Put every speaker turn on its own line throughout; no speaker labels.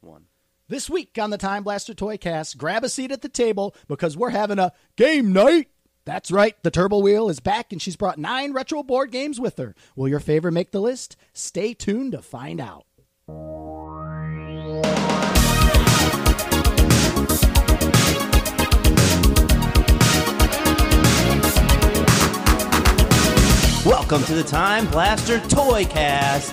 one.
This week on the Time Blaster Toycast, grab a seat at the table because we're having a game night. That's right, the Turbo Wheel is back and she's brought nine retro board games with her. Will your favorite make the list? Stay tuned to find out.
Welcome to the Time Blaster Toycast.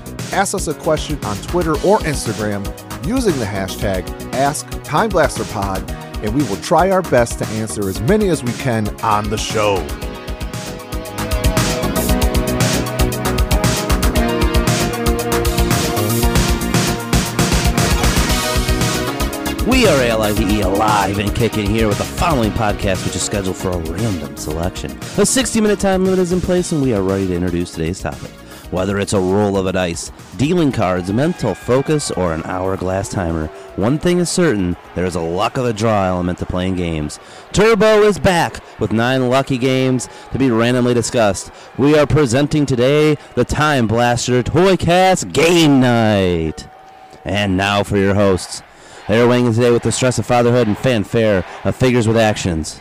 Ask us a question on Twitter or Instagram using the hashtag AskTimeblasterPod, and we will try our best to answer as many as we can on the show.
We are ALIVE E alive and kicking here with the following podcast, which is scheduled for a random selection. A 60 minute time limit is in place, and we are ready to introduce today's topic. Whether it's a roll of a dice, dealing cards, mental focus, or an hourglass timer, one thing is certain there is a luck of the draw element to playing games. Turbo is back with nine lucky games to be randomly discussed. We are presenting today the Time Blaster Toycast Game Night. And now for your hosts. They are weighing in today with the stress of fatherhood and fanfare of figures with actions.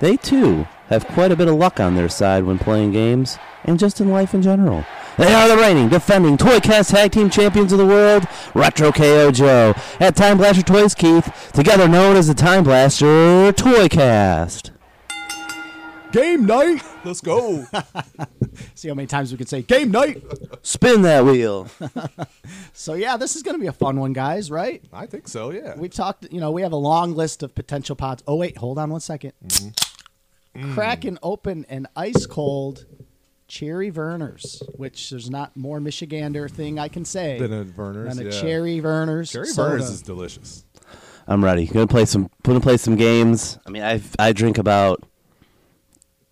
They too have quite a bit of luck on their side when playing games and just in life in general. They are the reigning, defending Toycast Tag Team Champions of the World, Retro KO Joe, at Time Blaster Toys Keith, together known as the Time Blaster Toycast.
Game night!
Let's go.
See how many times we can say game night.
Spin that wheel.
So, yeah, this is going to be a fun one, guys, right?
I think so, yeah.
We talked, you know, we have a long list of potential pods. Oh, wait, hold on one second. Cracking open an ice cold cherry Verners, which there's not more Michigander thing I can say
Than a Verner's,
than a
yeah.
cherry Verners.
Jerry
soda.
Burns is delicious.
I'm ready. Gonna play some. Gonna play some games. I mean, I I drink about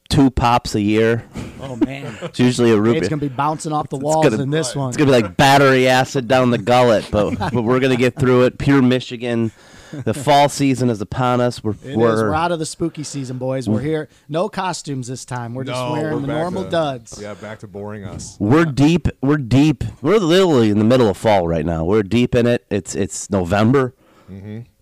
two pops a year.
Oh, man.
It's usually a root
it's
beer.
going to be bouncing off the walls
gonna-
in this one.
It's gonna be like battery acid down the gullet, but but we're gonna get through it. Pure Michigan. The fall season is upon us. We're
It is.
we're,
We're out of the spooky season, boys. We're here. No costumes this time. We're just wearing the normal duds.
Yeah, back to boring us.
we're deep. We're deep. We're literally in the middle of fall right now. We're deep in it. It's it's November.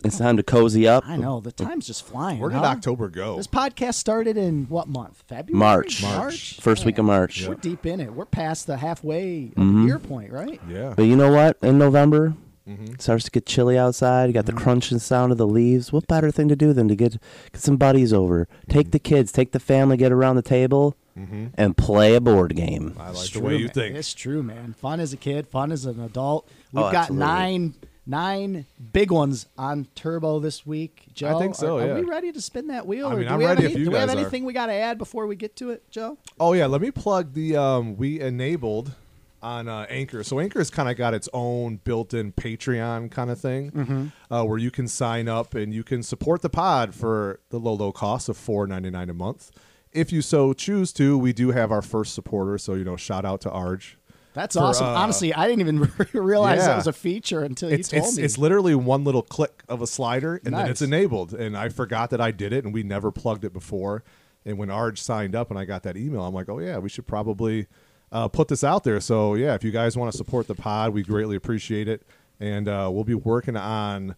It's time to cozy up.
I know the time's just flying.
Where did
huh?
October go?
This podcast started in what month? February.
March.
March. Oh,
First week of March. Mm-hmm.
We're deep in it. We're past the halfway of the year point, right?
Yeah.
But you know what? In November,
Mm-hmm.
it starts to get chilly outside. You got the crunch and sound of the leaves. What better thing to do than to get get some buddies over,
Mm-hmm.
take the kids, take the family, get around the table, and play a board game.
I like
It's
the
true,
way you
man.
think.
It's true, man. Fun as a kid, fun as an adult. We've
Oh,
got
absolutely.
nine nine big ones on turbo this week. Joe,
think so,
Are, are
yeah.
we ready to spin that wheel?
I
or
mean,
do
I'm
we have
ready if
any-
you
Do we have
guys are.
anything we got to add before we get to it, Joe?
Oh yeah, let me plug the um, we enabled on uh, Anchor. So Anchor's kind of got its own built-in Patreon kind of thing, uh, where you can sign up and you can support the pod for the low low cost of four ninety nine a month. If you so choose to, we do have our first supporter. So you know, shout out to Arj.
That's
For,
awesome.
uh,
Honestly, I didn't even realize that
Yeah.
was a feature until
It's
you told
it's,
me.
it's literally one little click of a slider, and then it's
Nice.
enabled. And I forgot that I did it, and we never plugged it before. And when Arj signed up, and I got that email, I'm like, oh yeah, we should probably uh, put this out there. So yeah, if you guys want to support the pod, we greatly appreciate it, and uh, we'll be working on.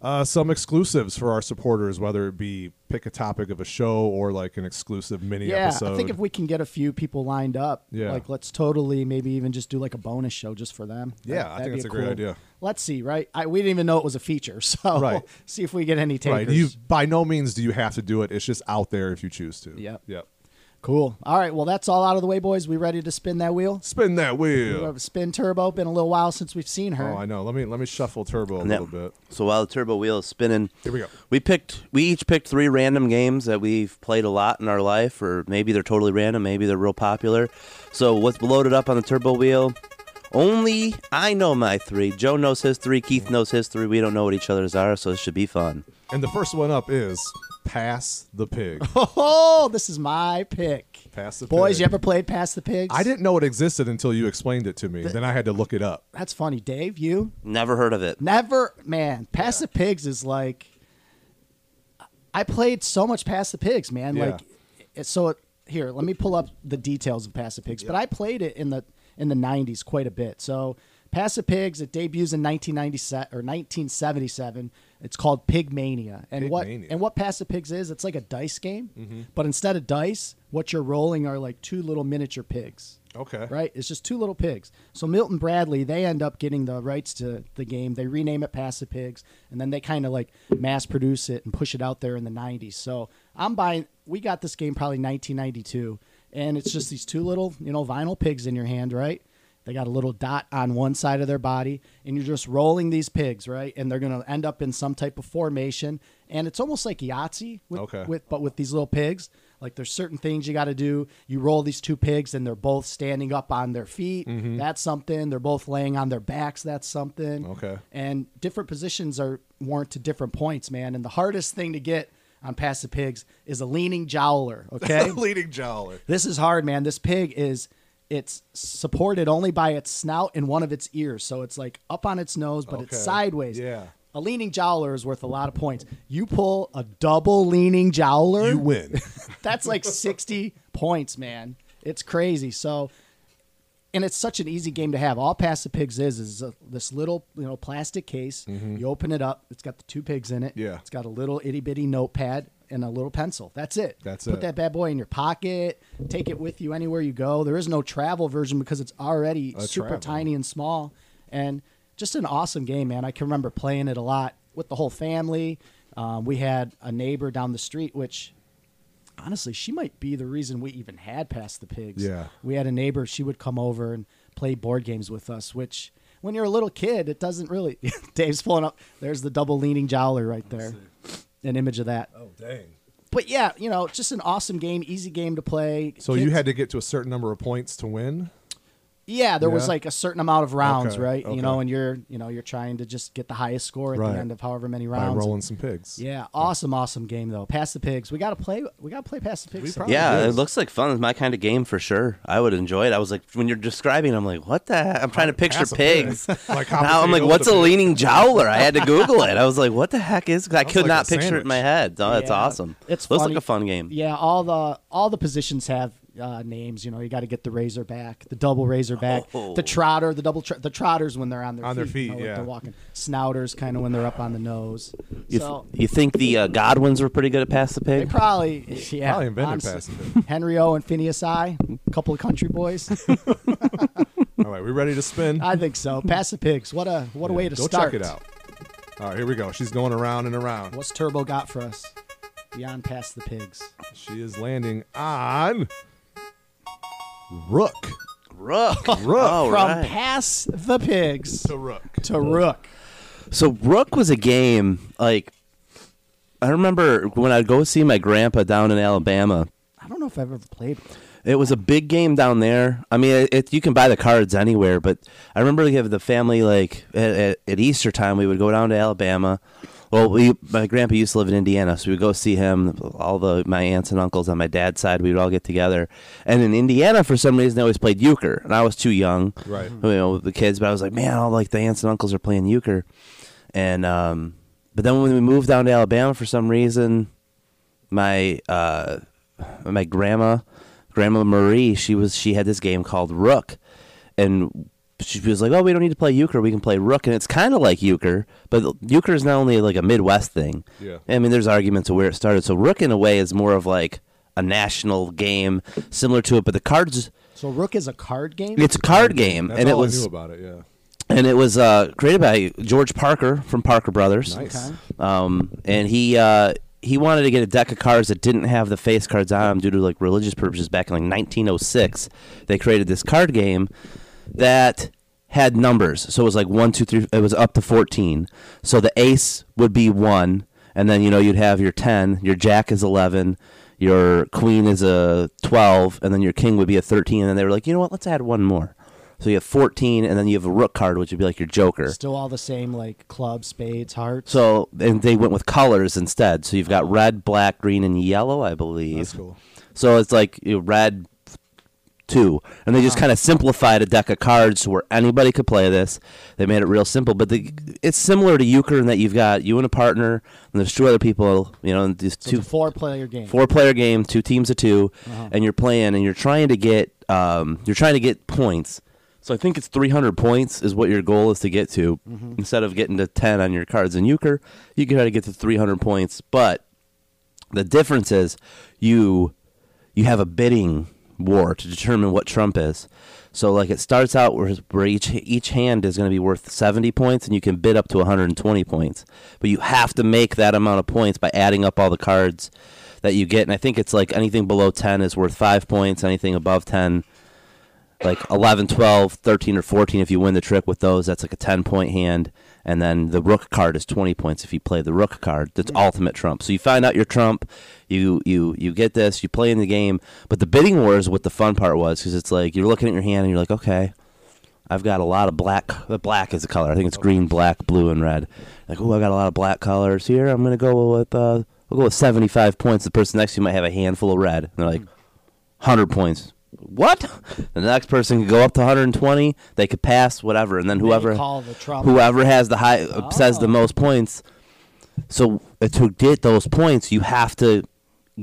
Uh, some exclusives for our supporters, whether it be pick a topic of a show or like an exclusive mini
yeah,
episode.
I think if we can get a few people lined up,
Yeah.
like let's totally maybe even just do like a bonus show just for them.
Yeah,
that'd
I think
be
that's a great idea.
Let's see, right? I, we didn't even know it was a feature, so
Right.
see if we get any takers.
right, you by no means do you have to do it. It's just out there if you choose to.
Yep.
Yep.
Cool. All right, well that's all out of the way, boys. We ready to spin that wheel?
Spin that wheel.
We have Spin turbo. Been a little while since we've seen her.
Oh, I know. Let me let me shuffle turbo a
And that-
little bit.
So while the turbo wheel is spinning,
Here we go.
We picked. We each picked three random games that we've played a lot in our life, or maybe they're totally random, maybe they're real popular. So what's loaded up on the turbo wheel? Only I know my three. Joe knows his three. Keith
Mm-hmm.
knows his three. We don't know what each other's are, so this should be fun.
And the first one up is Pass the Pig.
Oh, this is my pick.
Pass the
Boys,
pig.
you ever played Pass the Pigs?
I didn't know it existed until you explained it to me. then I had to look it up.
That's funny. Dave, you?
Never heard of it.
Never, man. Pass the Pigs is like. I played so much Pass the Pigs, man.
Yeah.
Like, it, so it, here, let me pull up the details of Pass the Pigs. But I played it in the in the '90s quite a bit. So Pass the Pigs, it debuts in 1997 or 1977. It's called Pig Mania, and what
Pigmania. Mm-hmm.
and what Pass the Pigs is, it's like a dice game, but instead of dice, what you're rolling are like two little miniature pigs.
Okay.
Right? It's just two little pigs. So Milton Bradley, they end up getting the rights to the game. They rename it Pass the Pigs, and then they kind of like mass produce it and push it out there in the 90s. So I'm buying, we got this game probably 1992, and it's just these two little, you know, vinyl pigs in your hand, right? They got a little dot on one side of their body, and you're just rolling these pigs, right? And they're going to end up in some type of formation. And it's almost like Yahtzee with,
Okay.
with but with these little pigs like there's certain things you got to do you roll these two pigs and they're both standing up on their feet
Mm-hmm.
that's something they're both laying on their backs that's something
Okay.
and different positions are warrant to different points man and the hardest thing to get on past the pigs is a leaning jowler okay
Leading Jowler.
this is hard, man. This pig is it's supported only by its snout and one of its ears. So it's like up on its nose, but
Okay.
it's sideways.
Yeah.
A leaning jowler is worth a lot of points. You pull a double leaning jowler,
You win.
that's like 60 points, man. It's crazy. So and it's such an easy game to have. All Pass the Pigs is is a, this little, you know, plastic case. You open it up. It's got the two pigs in it.
Mm-hmm. Yeah.
It's got a little itty bitty notepad and a little pencil. That's it.
That's
Put
it.
that bad boy in your pocket. Take it with you anywhere you go. There is no travel version because it's already
A
super
travel.
tiny and small. And just an awesome game, man. I can remember playing it a lot with the whole family. Um, we had a neighbor down the street, which honestly, she might be the reason we even had Pass the Pigs.
Yeah.
We had a neighbor, she would come over and play board games with us, which when you're a little kid, it doesn't really. Dave's pulling up. There's the double leaning jowler right there. An image of that.
oh, dang.
But yeah, you know, just an awesome game, easy game to play.
So you
Kids-
had to get to a certain number of points to win?
Yeah, there was
Yeah?
like a certain amount of rounds,
Okay,
right?
okay.
You know, and you're, you know, you're trying to just get the highest score at
Right.
the end of however many
By
rounds.
rolling some pigs.
Yeah, awesome, awesome game though. Pass the pigs. We gotta play. We gotta play past the pigs.
We
sometime.
probably
Yeah,
it
it
is.
looks like fun. It's my kind of game for sure. I would enjoy it. I was like, when you're describing, I'm like, what the? heck? I'm trying to picture
Pass a pig.
pigs.
Like
now I'm like,
complicated
what's a
with a pig.
leaning jowler? I had to Google it. I was like, what the heck is? 'cause I
Sounds
could
like
not
a
picture it
sandwich.
in my head. Oh, that's
Yeah.
awesome.
It's
looks
funny.
like a fun game.
Yeah, all the all the positions have uh, names. You know, you got to get the razor back, the double razor back,
Oh.
the trotter, the double tr- the trotters when they're on their
On
feet,
their
you know,
feet,
like
yeah.
they're walking. Snouters kind of when they're up on the nose.
You, th-
so
you think the uh, Godwins were pretty good at pass the
they
pig?
probably yeah
Probably invented
honestly.
passive.
Henry O and Phineas I, a couple of country boys.
All right, we ready to spin?
I think so. Pass the pigs. What a what a way to
Go
start.
check it out. All right, here we go. She's going around and around.
What's Turbo got for us? Beyond past the pigs.
She is landing on Rook.
Rook.
Rook.
All
From
right.
pass the pigs
To Rook.
to rook.
So Rook was a game like I remember when I'd go see my grandpa down in Alabama.
I don't know if I've ever played. it.
It was a big game down there. I mean, it, it, you can buy the cards anywhere, but I remember we have the family like at, at, at Easter time we would go down to Alabama. Well, we, my grandpa used to live in Indiana, so we would go see him. All the my aunts and uncles on my dad's side, we would all get together. And in Indiana, for some reason, they always played euchre, and I was too young,
Right.
You know, the kids. But I was like, man, all like the aunts and uncles are playing euchre, and um, but then when we moved down to Alabama, for some reason, my uh, my grandma, Grandma Marie, she was she had this game called Rook, and she was like, "Oh, we don't need to play euchre; we can play Rook." And it's kind of like euchre, but euchre is not only like a Midwest thing.
Yeah.
I mean, there's arguments of where it started. So Rook, in a way, is more of like a national game similar to it, but the cards.
So rook is a card game.
It's a card game,
That's
and
all
it was
I knew about it, yeah.
and it was uh, created by George Parker from Parker Brothers.
Nice. Okay.
Um, and he uh, he wanted to get a deck of cards that didn't have the face cards on them due to like religious purposes. Back in like 1906, they created this card game that had numbers. So it was like one, two, three. It was up to 14. So the ace would be one, and then you know you'd have your 10, your jack is 11. Your queen is a 12, and then your king would be a 13. And then they were like, you know what? Let's add one more. So you have 14, and then you have a rook card, which would be like your joker.
Still all the same, like club, spades, hearts.
So and they went with colors instead. So you've got red, black, green, and yellow, I believe.
That's cool.
So it's like you know, red two, and they just kind of simplified a deck of cards to where anybody could play this. They made it real simple, but the, it's similar to euchre in that you've got you and a partner, and there's two other people. You know, and these
So it's a
two
Uh-huh. four-player game.
four player game, two teams of 2 and you're playing and you're trying to get um, you're trying to get points. So I think it's 300 points is what your goal is to get to.
Mm-hmm.
Instead of getting to 10 on your cards in euchre, you can try to get to 300 points. But the difference is you you have a bidding war to determine what trump is. So like it starts out where, where each each hand is going to be worth 70 points and you can bid up to 120 points. But you have to make that amount of points by adding up all the cards that you get and I think it's like anything below 10 is worth 5 points, anything above 10 like 11, 12, 13 or 14 if you win the trick with those, that's like a 10 point hand and then the rook card is 20 points if you play the rook card. That's ultimate trump. So you find out your trump, you you you get this, you play in the game, but the bidding war is what the fun part was cuz it's like you're looking at your hand and you're like, "Okay, I've got a lot of black. uh, Black is the color. I think it's green, black, blue, and red. Like, oh, I got a lot of black colors here. I'm gonna go with uh, I'll go with 75 points. The person next to you might have a handful of red. And they're like, 100 points. What? The next person could go up to 120. They could pass whatever, and then whoever
call the trouble. Oh.
whoever has the high uh says the most points. So uh, to get those points, you have to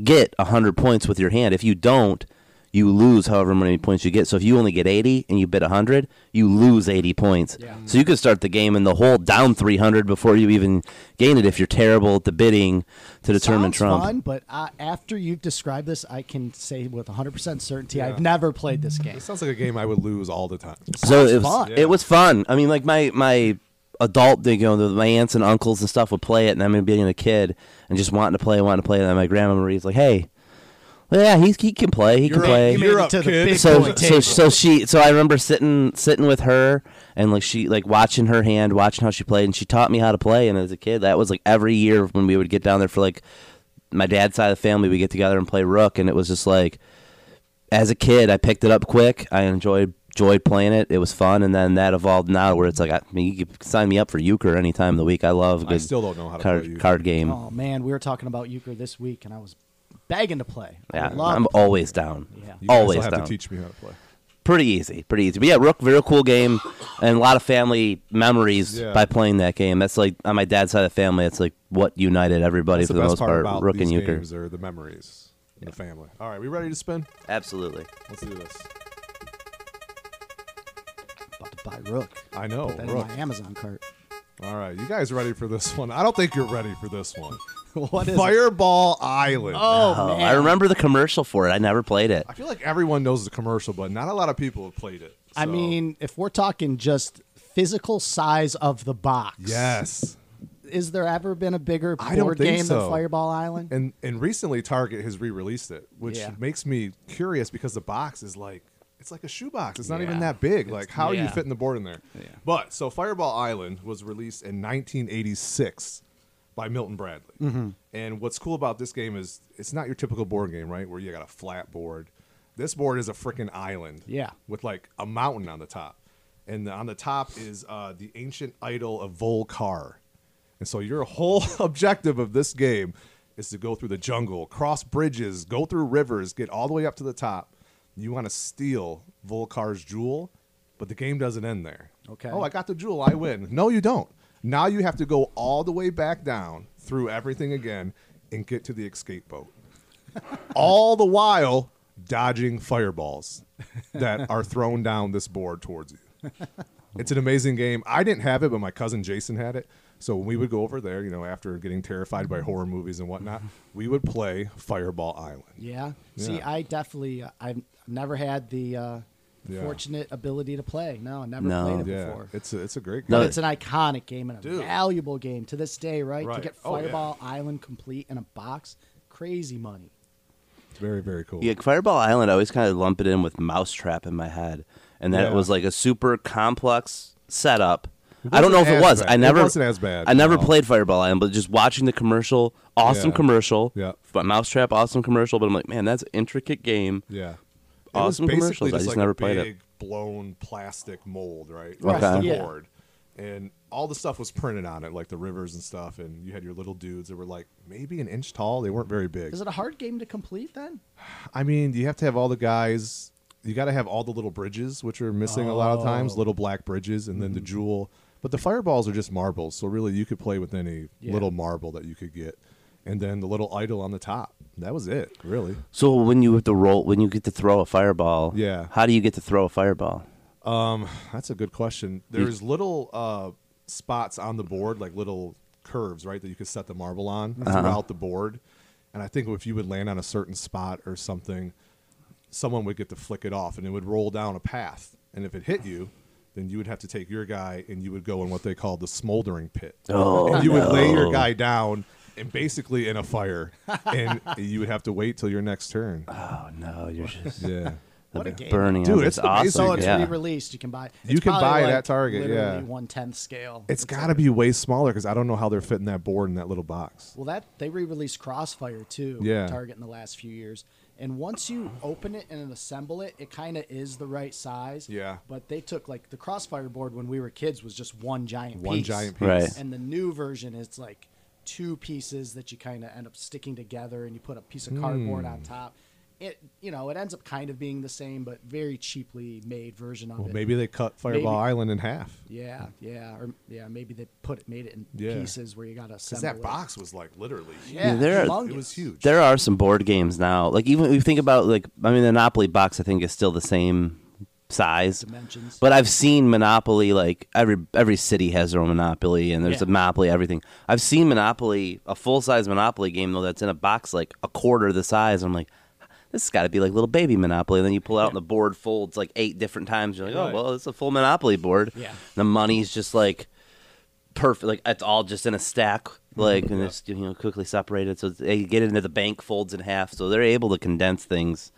get 100 points with your hand. If you don't, you lose however many points you get. So if you only get 80 and you bid 100, you lose 80 points. So you could start the game in the hole down 300 before you even gain it if you're terrible at the bidding to determine
Sounds
Trump.
fun, but uh, after you've described this, I can say with 100% certainty I've never played this game.
It sounds like a game I would lose all the time.
So it was
fun.
it was fun. I mean, like my my adult, you know, my aunts and uncles and stuff would play it, and I remember being a kid and just wanting to play, wanting to play, and then my grandma Marie's like, "Hey, yeah, he's, he can play, he can
You're up,
play."
you
made
You're
it
up,
to the
kid.
big boy
so so
table.
so she so I remember sitting sitting with her and like she like watching her hand, watching how she played, and she taught me how to play. And as a kid, that was like every year when we would get down there for like my dad's side of the family, we get together and play rook, and it was just like as a kid, I picked it up quick. I enjoyed enjoyed playing it. It was fun, and then that evolved now where it's like I, I mean, you could sign me up for euchre any time of the week. I love a
I
good
still don't know how to
card
play euchre.
card game.
Oh man, we were talking about euchre this week, and I was begging to play. I
yeah,
would love
I'm
to play.
always down.
Yeah.
You guys will
Always
have
down.
to teach me how to play.
pretty easy, pretty easy. But yeah, Rook, very cool game, and a lot of family memories
Yeah.
by playing that game. That's like on my dad's side of the family. It's like what united everybody
That's
for
the
the,
best
most
part
part.
about
Rook
these
and Euchre,
games are the memories and the family. All right, we ready to spin?
absolutely.
Let's do this.
About to buy Rook.
I know.
Put that
Rook.
in my Amazon cart.
All right, you guys ready for this one? I don't think you're ready for this one.
what is? it?
Fireball Island.
Oh,
Oh,
man.
I remember the commercial for it. I never played it.
I feel like everyone knows the commercial, but not a lot of people have played it.
I
so-
mean, if we're talking just physical size of the box,
yes.
Is there ever been a bigger
I don't
board
think
game than
so.
Fireball Island?
And and recently Target has re-released it, which
Yeah.
makes me curious because the box is like it's like a shoebox. It's not even
Yeah.
that big. like how are you
yeah.
fitting the board in there? But so Fireball Island was released in 1986 by Milton Bradley. And what's cool about this game is it's not your typical board game, right? Where you got a flat board. This board is a freaking island.
Yeah.
With like a mountain on the top. And on the top is uh, the ancient idol of Volcar. And so your whole objective of this game is to go through the jungle, cross bridges, go through rivers, get all the way up to the top. You want to steal Volcar's jewel, but the game doesn't end there.
Okay.
Oh, I got the jewel. I win. No, you don't. Now you have to go all the way back down through everything again and get to the escape boat. all the while dodging fireballs that are thrown down this board towards you. It's an amazing game. I didn't have it, but my cousin Jason had it. So when we would go over there, you know, after getting terrified by horror movies and whatnot, we would play Fireball Island.
Yeah. See,
Yeah.
I definitely, uh, I've never had the uh,
Yeah.
fortunate ability to play. No, I never
No.
played it
Yeah,
before.
it's a, it's a great game.
No,
But it's an iconic game and a
Dude.
valuable game to this day, right? To
Right.
get
Oh, yeah.
Fireball Island complete in a box, crazy money.
very very cool.
Yeah, Fireball Island, I always kind of lump it in with Mousetrap in my head, and that it
Yeah.
was like a super complex setup.
It
I don't know if
wasn't
it
as
was.
bad.
I
It
never
wasn't as bad,
I never
no.
played Fireball Island, but just watching the commercial, awesome
Yeah.
commercial.
Yeah.
But Mousetrap, awesome commercial. But I'm like, man, that's an intricate game.
Yeah. It was
Awesome
basically
commercials. I just
like
never
a
played it.
big blown plastic mold, right?
Right,
Across the
yeah.
board. And all the stuff was printed on it, like the rivers and stuff. And you had your little dudes that were like maybe an inch tall. They weren't very big.
Is it a hard game to complete then?
I mean, you have to have all the guys. You got to have all the little bridges, which are missing a lot of
Oh.
times, little black bridges, and
Mm.
then the jewel. But the fireballs are just marbles, so really you could play with any
Yeah.
little marble that you could get, and then the little idol on the top. That was it, really.
So when you have to roll, when you get to throw a fireball,
Yeah.
how do you get to throw a fireball?
That's a good question. There's little uh, spots on the board, like little curves, right, that you could set the marble on
Uh-huh.
throughout the board. And I think if you would land on a certain spot or something, someone would get to flick it off and it would roll down a path. And if it hit you, then you would have to take your guy and you would go in what they call the smoldering pit.
Oh,
and you would lay
no.
your guy down and basically in a fire. and you would have to wait till your next turn.
Oh no, you're just
Yeah.
What a game.
burning.
Dude,
up.
it's amazing.
awesome.
Oh, it's
yeah.
re-released. You can buy. it's
You can
probably,
buy it
like,
at Target,
Literally
yeah.
one tenth scale.
It's got to be way smaller because I don't know how they're fitting that board in that little box.
Well, that they re-released Crossfire too. at
Yeah.
Target in the last few years, and once you open it and assemble it, it kind of is the right size.
Yeah.
But they took like the Crossfire board when we were kids was just one giant
One
piece.
giant piece.
Right.
And the new version is like two pieces that you kind of end up sticking together, and you put a piece
Hmm.
of cardboard on top. It you know it ends up kind of being the same, but very cheaply made version of
Well,
it.
maybe they cut Fireball
Maybe.
Island in half.
Yeah, yeah, or yeah, maybe they put it, made it in
Yeah.
pieces where you got to
Because
assemble
that
it.
box was like literally huge.
Yeah,
Yeah, there are-
humongous.
It was huge.
There are some board games now. Like even if you think about like I mean the Monopoly box I think is still the same size.
Dimensions.
But I've seen Monopoly like every every city has their own Monopoly and there's
Yeah.
a Monopoly everything. I've seen Monopoly a full size Monopoly game though that's in a box like a quarter the size. I'm like this has got to be like little baby Monopoly. And then you pull out and the board folds like eight different times. You're like, oh
Right.
well, it's a full Monopoly board.
Yeah.
The money's just like perfect. Like it's all just in a stack, like and it's you know quickly separated. So they get into the bank folds in half. So they're able to condense things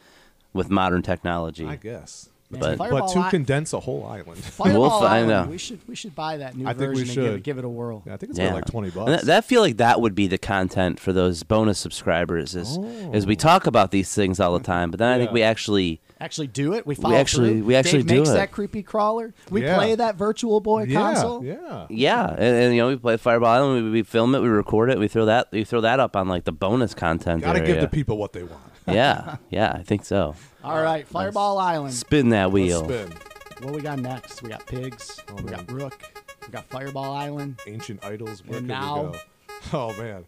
with modern technology.
I guess.
Man,
But-
But
Fireball
to
I-
condense a whole island,
Fireball
We'll find
Island,
out.
We should we should buy that new
I think
version and
we
give it,
should.
give it a whirl.
I think it's worth like twenty
And
bucks.
That, that feel like that would be the content for those bonus subscribers is is we talk about these things all the time, but then I think
Yeah.
we actually
Actually, do it. We follow
actually-
through.
we actually
Dave
do
makes
it.
that creepy crawler. We
Yeah.
play that Virtual Boy
yeah,
console.
yeah.
yeah, and, and, you know we play Fireball Island, we, we film it, we record it, we throw that we throw that up on like the bonus content.
Gotta give
uh,
area.
the people what they want.
yeah, yeah, I think so.
All right, Fireball Island.
Spin that
Let's
wheel.
spin.
what we got next? We got pigs. we
man.
got rook. We got Fireball Island.
Ancient idols. Where
And
can
now-
we go? Oh man.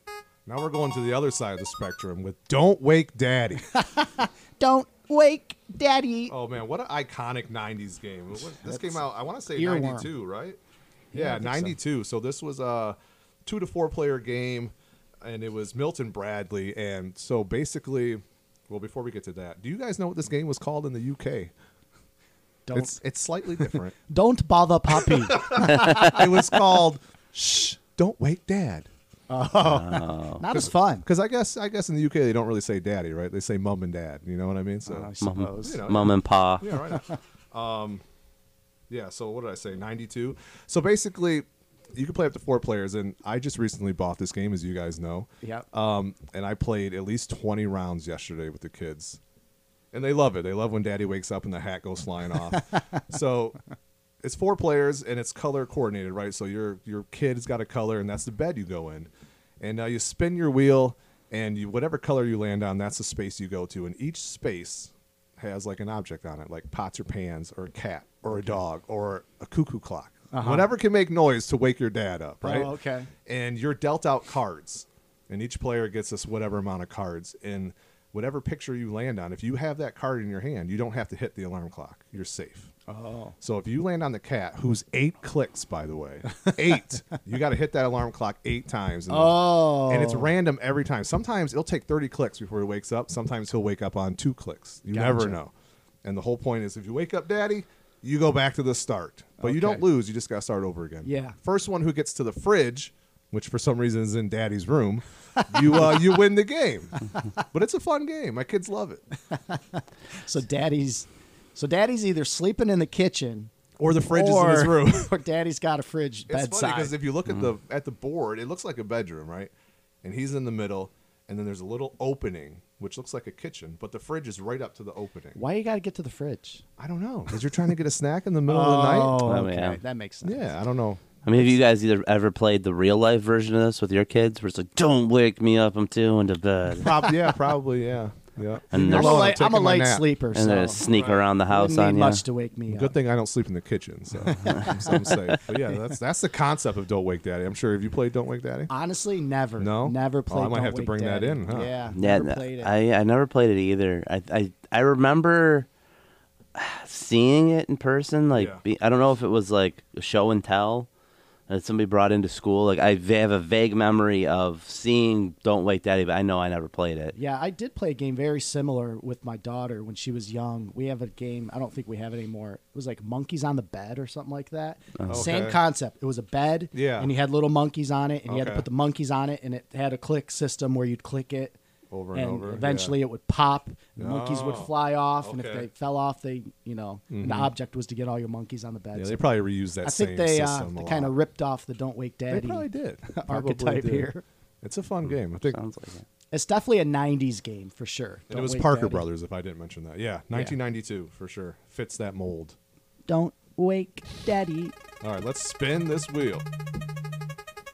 Now we're going to the other side of the spectrum with "Don't Wake Daddy."
Don't wake, Daddy.
oh man, what an iconic '90s game! What- This came out, I want to say
Earworm.
'92, right? Yeah, '92. So. this was a two to four player game, and it was Milton Bradley. And so basically, well, before we get to that, do you guys know what this game was called in the UK?
Don't
It's it's slightly different.
don't bother, puppy.
it was called "Shh, Don't Wake Dad." Oh.
Not as fun.
Because I guess I guess in the UK they don't really say daddy, right? They say mum and dad. You know what I mean? So
I suppose.
you know,
Mom and Pa.
Yeah, right. um, yeah. So what did I say? Ninety-two. So basically, you can play up to four players, and I just recently bought this game, as you guys know.
Yep.
Um, and I played at least twenty rounds yesterday with the kids, and they love it. They love when Daddy wakes up and the hat goes flying off. so. It's four players and it's color coordinated, right? So your your kid's got a color, and that's the bed you go in, and uh, you spin your wheel, and you whatever color you land on, that's the space you go to, and each space has like an object on it, like pots or pans or a cat or a dog or a cuckoo clock. Whatever can make noise to wake your dad up, right?
Uh-huh. Oh, okay.
And you're dealt out cards, and each player gets this whatever amount of cards. And whatever picture you land on, if you have that card in your hand, you don't have to hit the alarm clock. You're safe.
oh,
So if you land on the cat, who's eight clicks, by the way, eight, you got to hit that alarm clock eight times. And,
Oh.
and it's random every time. Sometimes it'll take 30 clicks before he wakes up. Sometimes he'll wake up on two clicks. You never
Gotcha.
know. And the whole point is if you wake up, daddy, you go back to the start. But you
Okay.
don't lose. You just got to start over again.
Yeah.
First one who gets to the fridge, which for some reason is in daddy's room, you, uh, you win the game. But it's a fun game. My kids love it.
so Daddy's, so Daddy's either sleeping in the kitchen
Or the fridge
or,
is in his room.
or Daddy's got a fridge
It's funny
bedside. Mm.
because if you look at the at the board, it looks like a bedroom, right? And he's in the middle, and then there's a little opening which looks like a kitchen, but the fridge is right up to the opening.
Why you got to get to the fridge?
I don't know because you're trying to get a snack in the middle of the night.
Oh, yeah.
That makes sense.
Yeah, I don't know.
I mean, have you guys either ever played the real life version of this with your kids, where it's like, "Don't wake me up, I'm too into bed,"
Prob- yeah, probably. Yeah, yeah.
And
I'm,
there's-
a
Alone,
light, I'm a
taking my
light
nap.
sleeper,
and
so
then sneak around the house
wouldn't need
on you.
much to wake me
Good
up.
thing I don't sleep in the kitchen, so I'm, so I'm safe. But yeah, that's that's the concept of Don't Wake Daddy. I'm sure. Have you played Don't Wake Daddy?
Honestly, never.
No? Oh, I
never played.
might
Don't
have to
Wake
bring that
Daddy.
in, huh?
Yeah,
Yeah,
never
no,
played it.
I I never played it either. I I I remember seeing it in person. Like
Yeah.
be, I don't know if it was like a show and tell that somebody brought into school. Like I v- have a vague memory of seeing Don't Wake Daddy, but I know I never played it.
Yeah, I did play a game very similar with my daughter when she was young. We have a game, I don't think we have it anymore. It was like Monkeys on the Bed or something like that. Same
Oh, Okay.
concept. It was a bed,
Yeah.
and you had little monkeys on it, and you had to
Okay.
put the monkeys on it, and it had a click system where you'd click it
Over and over,
Eventually, it would pop. The monkeys would
Oh,
fly off, and if
okay. Mm-hmm.
they fell off, they, you know, and the object was to get all your monkeys on the bed.
Yeah,
So
they probably reused that
I
same
think they, uh,
system.
they
a
kind
lot.
of ripped off the Don't Wake
They
Daddy.
probably did. Probably
archetype
did.
here.
It's a fun game. I think
Sounds like it.
It's definitely a '90s game for sure.
And it
Don't
was
Wake
Parker
Daddy.
Brothers, if I didn't mention that. Yeah, 1992 for sure. Fits that mold.
Don't wake daddy.
All right, let's spin this wheel.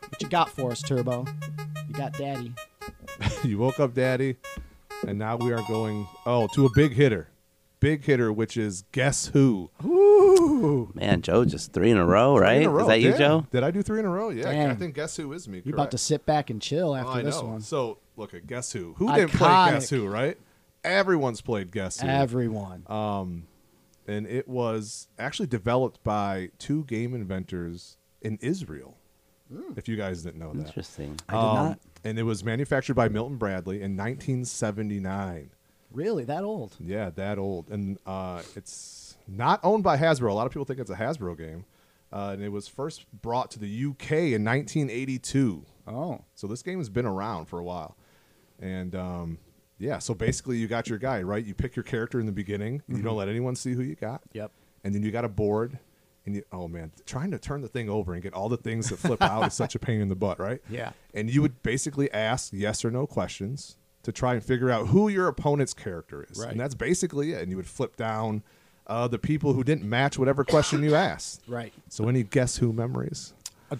What you got for us, Turbo? You got daddy.
you woke up, Daddy, and now we are going oh to a big hitter, big hitter, which is guess who?
Man, Joe just three in a row, right?
Three in a row,
Is that you,
yeah.
Joe?
Did I do three in a row? Yeah, I
Dang.
think guess who is me.
You're about to
correct.
sit back and chill
Oh,
after
I
this
know.
one.
So look at guess who? Who didn't play
Iconic.
guess who? Right? Everyone's played guess who.
Everyone.
uh, and it was actually developed by two game inventors in Israel.
Hmm.
If you guys didn't know that,
Interesting.
Um, And it was manufactured by Milton Bradley in 1979.
really, that old?
Yeah, that old. And uh, it's not owned by Hasbro. A lot of people think it's a Hasbro game. Uh, and it was first brought to the UK in 1982.
Oh,
So this game has been around for a while. And um, yeah, so basically you got your guy, right? You pick your character in the beginning. You don't let anyone see who you got.
Yep.
And then you got a board. And you, oh man, trying to turn the thing over and get all the things to flip out is such a pain in the butt, right?
Yeah.
And you would basically ask yes or no questions to try and figure out who your opponent's character is.
Right.
And that's basically it. And you would flip down uh, the people who didn't match whatever question you asked.
right.
So any guess who memories?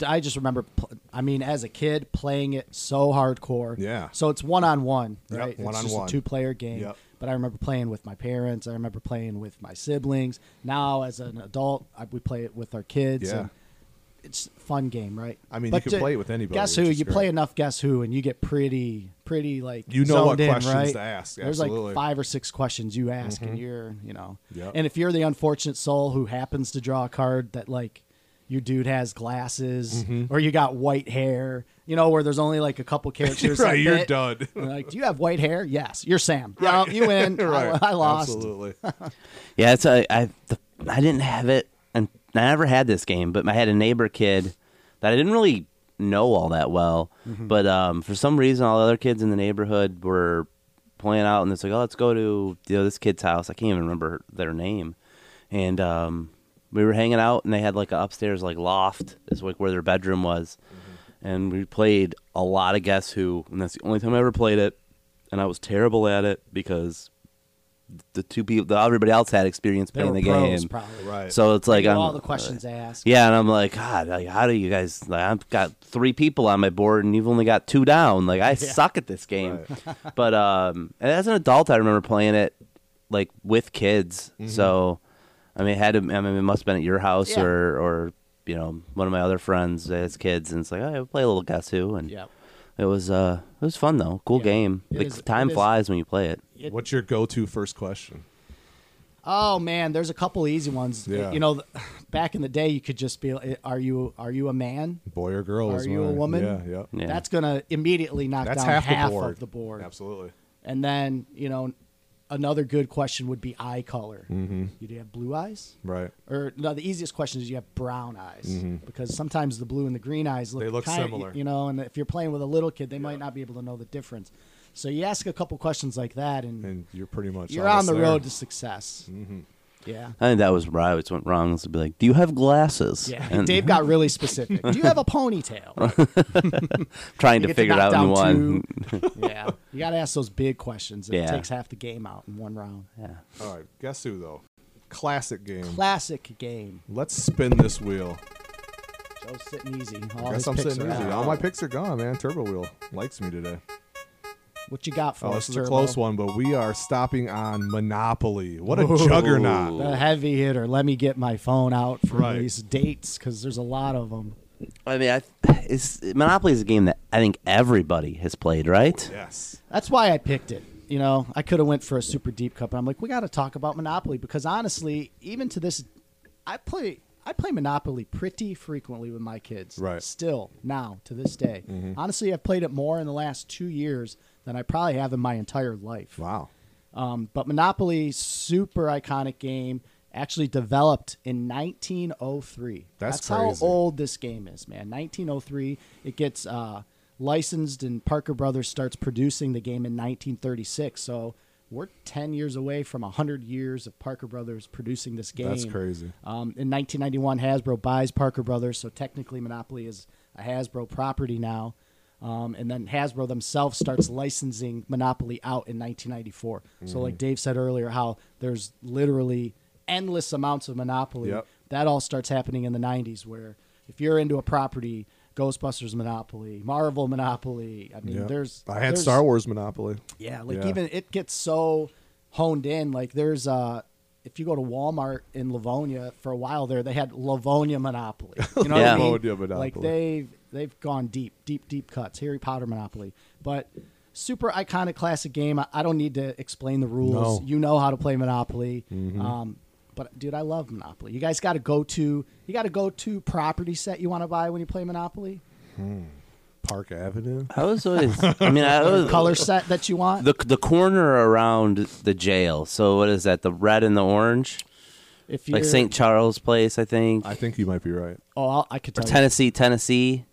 I just remember. Pl- I mean, as a kid, playing it so hardcore.
Yeah.
So it's one on one,
Yep,
right? It's just
one-on-one.
a two player game.
Yep.
But I remember playing with my parents. I remember playing with my siblings. Now, as an adult, I, we play it with our kids.
Yeah.
And it's a fun game, right?
I mean, you
But
can
to-
play it with anybody,
Guess
which
who?
is
You
great.
play enough Guess Who, and you get pretty, pretty like
You know what
zoned in,
questions
right?
to ask,
There's
absolutely.
like five or six questions you ask, and you're, you know,
Mm-hmm. Yep.
and if you're the unfortunate soul who happens to draw a card that like your dude has glasses
Mm-hmm.
or you got white hair, you know, where there's only like a couple characters.
Right,
that
you're
fit.
done.
And like, do you have white hair? Yes, you're Sam. Right. you win. I- I, lost.
Absolutely.
Yeah, it's I I, the, I didn't have it, and I never had this game. But I had a neighbor kid that I didn't really know all that well. But um, for some reason, all the other kids in the neighborhood were playing out, and it's like, oh, let's go to you know, this kid's house. I can't even remember their name, and um, we were hanging out, and they had like an upstairs like loft is like where their bedroom was, and we played a lot of Guess Who, and that's the only time I ever played it, and I was terrible at it because the two people, the, everybody else had experience
They
playing
were
the
pros,
game.
probably.
Right.
So it's like
You know
I'm, uh,
all the questions asked.
yeah, and I'm like, God, like, how do you guys? Like, I've got three people on my board, and you've only got two down. Like, I suck at this game. but um, and as an adult, I remember playing it like with kids.
Mm-hmm.
So, I mean, it had to, I mean, it must have been at your house
Yeah.
or or you know one of my other friends has kids, and it's like, oh, I play a little Guess Who, and
Yeah.
it was uh, it was fun though, cool
Yeah.
game.
It
like
is-
time
it is-
flies when you play it.
It-
What's your go-to first question?
Oh man, there's a couple easy ones.
Yeah.
You know, th- back in the day, you could just be, eh, "Are you are you a man?
Boy or girl?
Are
is
you a
mine.
woman?
Yeah, yeah.
Yeah.
That's gonna immediately knock
That's
down
half,
half,
the board.
of the board.
Absolutely.
And then you know, another good question would be eye color. Mm-hmm. You do have blue eyes,
Right.
or no? The easiest question is you have brown eyes
Mm-hmm.
because sometimes the blue and the green eyes look
They look
kinda-
similar.
You know, and if you're playing with a little kid, they might not be able to know the difference. So you ask a couple questions like that, and,
And you're pretty much
you're on
almost
the
there. Mm-hmm.
road to success. Yeah.
I think that was where I always went wrong. Is to be like, do you have glasses?
Yeah,
And
Dave got really specific. Do you have a ponytail?
trying to
get to
figure it
knock
out
down
in one.
yeah, you got to ask those big questions. It
Yeah.
takes half the game out in one round.
All right, guess who though? Classic game.
Classic game.
Let's spin this wheel.
Joe's sitting easy. All
guess
his
I'm
picks
sitting
are
easy.
out.
All my picks are gone, man. Turbo Wheel likes me today.
What you got for
Oh,
us?
this is a
Turbo?
close one, but we are stopping on Monopoly. What a juggernaut!
The heavy hitter. Let me get my phone out for
Right.
these dates because there's a lot of them.
I mean, I, it's, Monopoly is a game that I think everybody has played, right?
Yes.
That's why I picked it. You know, I could have went for a super deep cup, but I'm like, we got to talk about Monopoly because honestly, even to this, I play I play Monopoly pretty frequently with my kids.
Right. Mm-hmm.
Still now to this day, honestly, I've played it more in the last two years than I probably have in my entire life.
Wow.
Um, but Monopoly, super iconic game, actually developed in 1903.
That's
how
crazy.
old this game is, man. 1903. It gets uh, licensed, and Parker Brothers starts producing the game in 1936. So we're 10 years away from 100 years of Parker Brothers producing this game.
That's crazy.
Um, in 1991, Hasbro buys Parker Brothers, so technically Monopoly is a Hasbro property now. Um, and then Hasbro themselves starts licensing Monopoly out in 1994. So,
Mm-hmm.
like Dave said earlier, how there's literally endless amounts of Monopoly.
Yep.
That all starts happening in the 90s, where if you're into a property, Ghostbusters Monopoly, Marvel Monopoly. I mean,
Yeah.
there's.
I had
there's-
Star Wars Monopoly.
yeah, like
Yeah.
even it gets so honed in. Like there's uh if you go to Walmart in Livonia for a while there, they had Livonia Monopoly. You know what
Yeah.
I mean?
Livonia Monopoly.
Like they've they've gone deep, deep, deep cuts. Harry Potter Monopoly. But super iconic classic game. I, I don't need to explain the rules.
No. Mm-hmm.
You know how to play Monopoly. Um but dude, I love Monopoly. You guys got to go to you got to go to property set you want to buy when you play Monopoly.
Park Avenue.
I was always. I mean, I was
Color set that you want.
the the corner around the jail. So what is that? The red and the orange,
if you
like St. Charles Place, I think.
I think you might be right.
Oh, I'll, I could tell you.
Tennessee, Tennessee,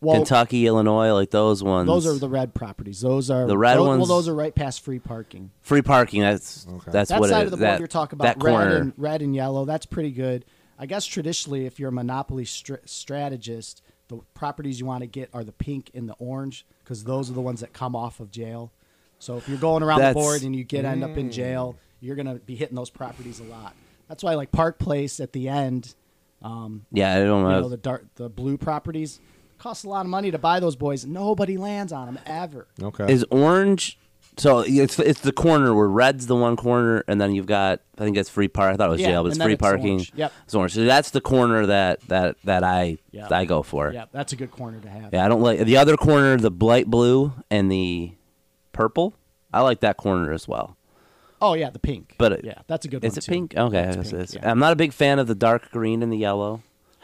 Well,
Kentucky, Illinois, like those ones.
Those are the red properties. Those are
The red
tho- Well,
ones-
those are right past free parking.
free parking. That's that's
that
what
side
it,
of the board
that,
you're talking about,
That corner.
red and red and yellow. That's pretty good. I guess traditionally, if you're a monopoly str- strategist, the properties you want to get are the pink and the orange because those are the ones that come off of jail. So if you're going around
That's- Mm.
the board and you get end up in jail, you're gonna be hitting those properties a lot. That's why like Park Place at the end,
yeah, I don't
you
know.
know the dark the blue properties costs a lot of money to buy those boys. Nobody lands on them ever.
Okay.
is orange. So it's it's the corner where red's the one corner, and then you've got I think that's free park. I thought it was
Yeah,
jail, but it's
and then
free
it's
parking.
orange. Yep.
it's orange. So that's the corner that that that I
Yeah.
I go for.
Yeah, that's a good corner to have.
Yeah, I don't like the other corner, the light blue and the purple. I like that corner as well.
Oh yeah, the pink.
But it-
yeah, that's a good one.
Is it
too.
pink? Okay, I
It's
guess
pink,
it's-
yeah.
I'm not a big fan of the dark green and the yellow,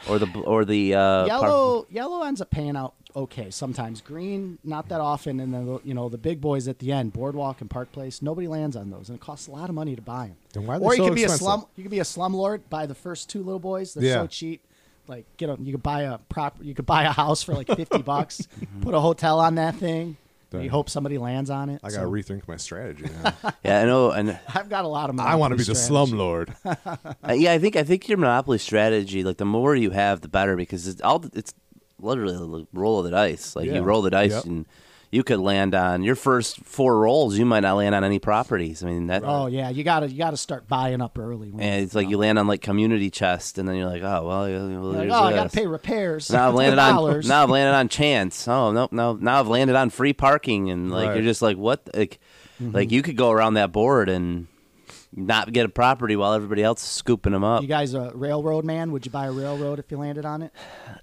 or the bl- or the uh,
Yellow, yellow ends up paying out okay sometimes. Green, not that often. And then you know the big boys at the end, Boardwalk and Park Place. Nobody lands on those, and it costs a lot of money to buy them.
Then why are they
or you
so
could be a
expensive?
slum. You could be a slumlord. Buy the first two little boys. They're
Yeah.
so cheap. Like get them. You could buy a prop. You could buy a house for like fifty bucks.
Mm-hmm.
Put a hotel on that thing. and You
Dang.
hope somebody lands on it.
I
so.
gotta rethink my strategy. Now.
Park. Yeah, I know, and
I've got a lot of.
I want to be the
slum.
slumlord.
Uh, yeah, I think I think your monopoly strategy, like the more you have, the better because it's all it's literally the roll of the dice. Like
Yeah.
you roll the dice
Yep.
and you could land on your first four rolls. You might not land on any properties. I mean that.
Oh yeah, you gotta you gotta start buying up early. When
And it's like you land on like community chest, and then you're like, oh well, yeah, well
Like,
there's
oh, I
this.
got to pay repairs.
Now I've landed on
$10.
now I've landed on chance. Oh no no now I've landed on free parking and like
Right.
you're just like what the- like
Mm-hmm.
like you could go around that board and not get a property while everybody else is scooping them up.
You guys a railroad man? Would you buy a railroad if you landed on it?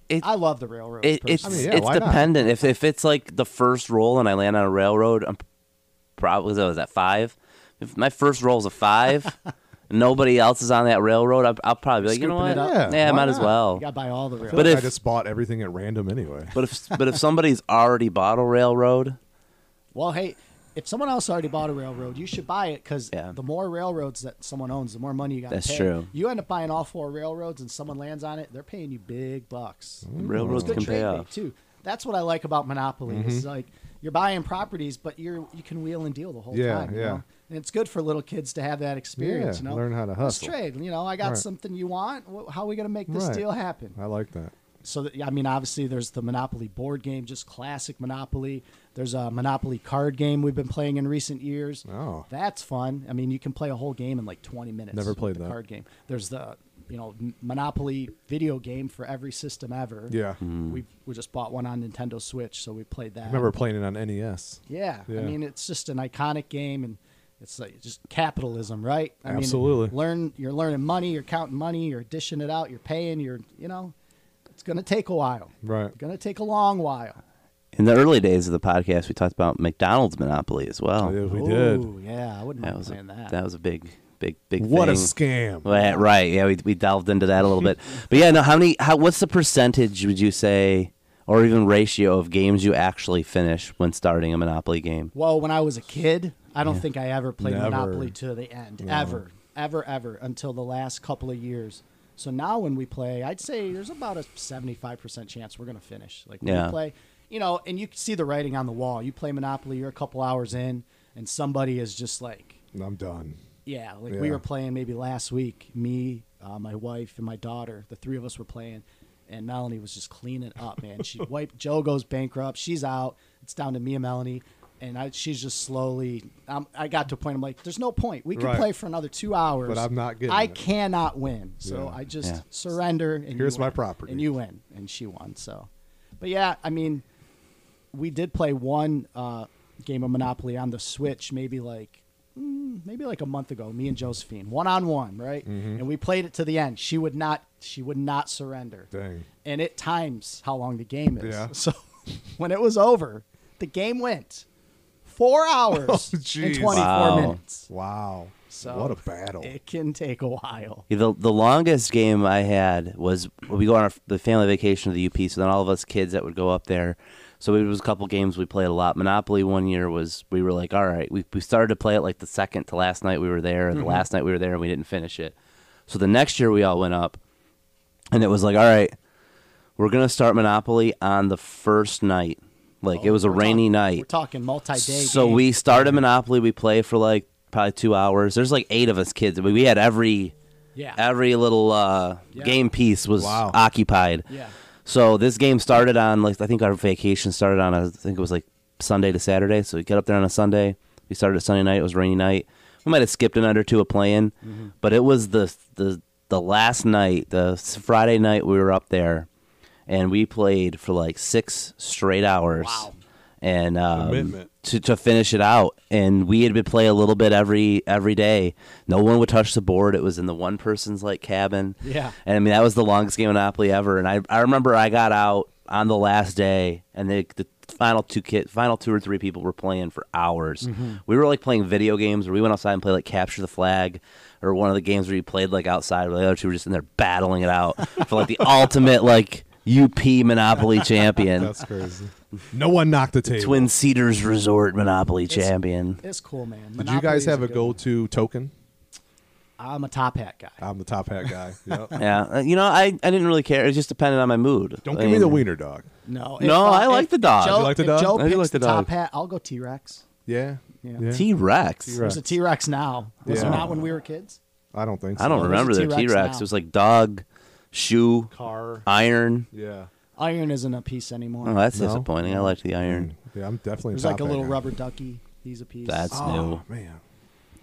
It-
I love the railroad.
It, it's
mean, yeah,
it's
why not?
dependent. If if it's like the first roll and I land on a railroad, I'm probably what was that five. If my first roll's a five, nobody else is on that railroad. I'll, I'll probably be like, you know what?
Scooping it
Yeah,
up.
I
Why
might as
not?
well.
you got to buy all the railroad.
But
I
if-
just bought everything at random anyway.
But if but if somebody's already bought a railroad,
well, hey, if someone else already bought a railroad, you should buy it because
Yeah.
the more railroads that someone owns, the more money you got.
That's
pay.
true.
You end up buying all four railroads, and someone lands on it. They're paying you big bucks.
railroads
It's good
can pay
trade bait,
off.
Mm-hmm.
too. That's what I like about Monopoly. Is like you're buying properties, but you're you can wheel and deal the whole
Yeah,
time. you
yeah.
know? And it's good for little kids to have that experience.
Yeah,
you know,
learn how to
Let's
hustle.
trade. You know, I got
Right.
something you want. Wh- How are we going to make this
Right.
deal happen?
I like that.
so that, I mean, obviously, there's the Monopoly board game, just classic Monopoly. There's a Monopoly card game we've been playing in recent years.
Oh.
that's fun. I mean, you can play a whole game in like 20 minutes.
Never
with
played
the
that.
card game. There's the you know M- Monopoly video game for every system ever.
Yeah.
we we just bought one on Nintendo Switch, so we played that.
I remember playing it on E NES.
Yeah.
Yeah.
I mean, it's just an iconic game, and it's like just capitalism, right? I
Absolutely.
Mean, learn you're learning money, you're counting money, you're dishing it out, you're paying, you're you know, it's gonna take a while.
Right.
It's gonna take a long while.
In the early days of the podcast, we talked about McDonald's monopoly as well.
Yeah, we did.
Ooh, yeah, I wouldn't
That
mind
was a,
playing that.
was a big, big, big.
What a
thing.
scam.
Right, right. Yeah, we, we delved into that a little bit. But yeah, no, how many, how, what's the percentage would you say, or even ratio of games you actually finish when starting a Monopoly game?
Well, when I was a kid, I don't think I ever played
Never.
Monopoly to the end, ever, ever, ever, until the last couple of years. So now when we play, I'd say there's about a 75% chance we're going to finish. Like when
Yeah.
we play, you know, and you can see the writing on the wall. You play Monopoly, you're a couple hours in, and somebody is just like,
I'm done.
yeah, like we
Yeah.
were playing maybe last week. Me, uh, my wife, and my daughter, the three of us were playing, and Melanie was just cleaning up, man. She wiped. Joe goes bankrupt. She's out. It's down to me and Melanie, and I, she's just slowly. Um, I got to a point. I'm like, there's no point. We can
Right.
play for another two hours,
But I'm not getting
I
it."
cannot win, so
Yeah.
I just
Yeah.
surrender. And you
Here's my
win.
property.
and you win, and she won. So, but yeah, I mean we did play one uh, game of Monopoly on the Switch, maybe like mm, maybe like a month ago. Me and Josephine, one on one, right?
Mm-hmm.
And we played it to the end. She would not, she would not surrender.
Dang.
And it times how long the game is.
Yeah.
So when it was over, the game went four hours and
Oh, jeez.
twenty-four
Wow.
minutes.
Wow.
So
what a battle.
It can take a while.
Yeah, The, the longest game I had was we go on our, the family vacation to the UP, so then all of us kids that would go up there. So it was a couple games we played a lot. Monopoly one year was we were like, all right, we, we started to play it like the second to last night we were there,
Mm-hmm.
and the last night we were there, and we didn't finish it. So the next year we all went up, and it was like, all right, we're gonna start Monopoly on the first night. Like it was a
Oh, We're
rainy
talking-
night.
We're talking multi-day.
So
game.
we started Monopoly. We play for like probably two hours. There's like eight of us kids. We- We had every
yeah.
every little uh,
Yeah.
game piece was
Wow.
occupied.
Yeah.
So this game started on like I think our vacation started on a, I think it was like Sunday to Saturday. So we got up there on a Sunday. We started at Sunday night. It was rainy night. We might have skipped an under two of playing,
Mm-hmm.
but it was the the the last night, the s- Friday night we were up there, and we played for like six straight hours.
Wow.
And um,
Commitment.
to, to finish it out and we had been play a little bit every every day no one would touch the board it was in the one person's like cabin
Yeah.
and i mean that was the longest game of monopoly ever and i, I remember i got out on the last day and the, the final two kid final two or three people were playing for hours
Mm-hmm.
we were like playing video games where we went outside and played like capture the flag or one of the games where you played like outside where the other two were just in there battling it out for like the ultimate like up monopoly champion
That's crazy. no one knocked the table.
Twin Cedars Resort Monopoly champion.
It's cool, man.
Did you guys have a,
go?
go-to token?
I'm a top hat guy.
I'm the top hat guy. Yep.
Yeah, uh, you know, I, I didn't really care. It just depended on my mood.
Don't
I
give me
mean,
the wiener dog.
No,
No, I like the dog.
Joe,
You like the
if
dog?
I
Joe
do
picks
like
the,
the
top
dog.
hat. I'll go T Rex.
Yeah.
Yeah.
T Rex.
T-Rex.
There's a T Rex now. Was
Yeah.
there not when we were kids?
I don't think so.
I don't
Well, there's
remember
a
the
T-Rex
T Rex.
now.
It was like dog, shoe,
Car.
iron.
Yeah.
Iron isn't a piece anymore.
Oh, that's
No.
disappointing. I liked
Hmm.
the iron.
Yeah, I'm definitely
There's
top
like a
hat
little
guy.
rubber ducky. He's a piece.
That's
Oh, man.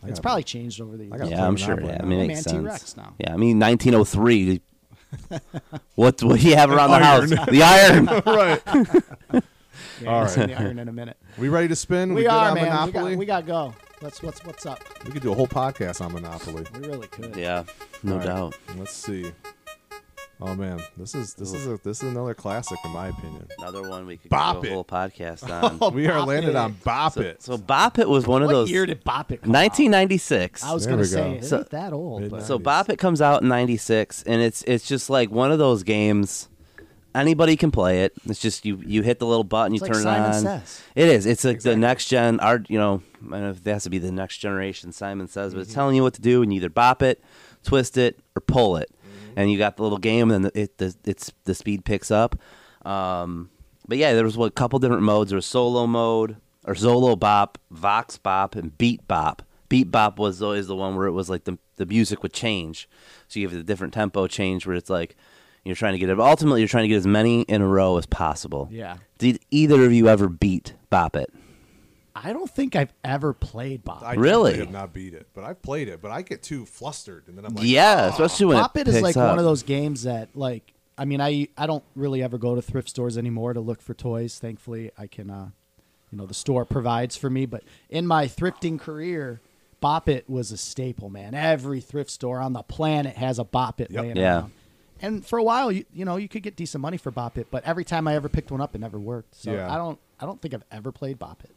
I
it's
gotta-
probably changed over the
I
years.
gotta
new.
play
Yeah, I'm sure.
Monopoly
Yeah, I
now.
mean, it
I'm
makes
anti-
sense.
T-Rex now.
Yeah, I mean, 1903. what what do you have around the
iron.
house? The iron.
right.
Yeah,
All
I'll send
right.
the iron in a minute.
We ready to spin?
We,
good
are
on
man. We
Monopoly.
got, we got go. Let's what's what's up.
We could do a whole podcast on Monopoly.
We really could.
yeah, no
All right,
doubt.
Let's see. Oh man, this is this is a, this is another classic in my opinion.
Another one we could
Bop
do a
it.
whole podcast on.
we are
Bop
landed
It.
on Bop It.
Oh, So Bop It was one of
Oh, What
those.
year did Bop It? Come out?
1996.
I was
There
gonna
we go.
say it's
So-
not that old. But
So Bop It comes out in '96, and it's it's just like one of those games. Anybody can play it. It's just you you hit the little button, you
like
turn
Simon
it on.
Says.
It is. It's like the next gen. Our you know, I don't know if it has to be the next generation. Simon says,
Mm-hmm.
but it's telling you what to do, and you either bop it, twist it, or pull
Mm-hmm.
it, and you got the little game, and it the, it's the speed picks up. Um, But yeah, there was what, a couple different modes. There was solo mode, or Zolo bop, Vox bop, and beat bop. Beat bop was always the one where it was like the the music would change, so you have the different tempo change where it's like you're trying to get it. Ultimately, you're trying to get as many in a row as possible.
Yeah.
Did either of you ever beat bop it?
I don't think I've ever played Bop.
I
Really?
have not beat it, but I've played it. But I get too flustered, and then I'm like, "Ah,
yeah, especially when
Pop
it
It is
picks
like
up.
one of those games that like I mean I I don't really ever go to thrift stores anymore to look for toys. Thankfully, I can uh you know the store provides for me, but in my thrifting career, Bop It was a staple, man. Every thrift store on the planet has a Bop It
Yep.
laying
Yeah.
around. And for a while, you, you know, you could get decent money for Bop It, but every time I ever picked one up, it never worked. So
Yeah.
I don't I don't think I've ever played Bop It.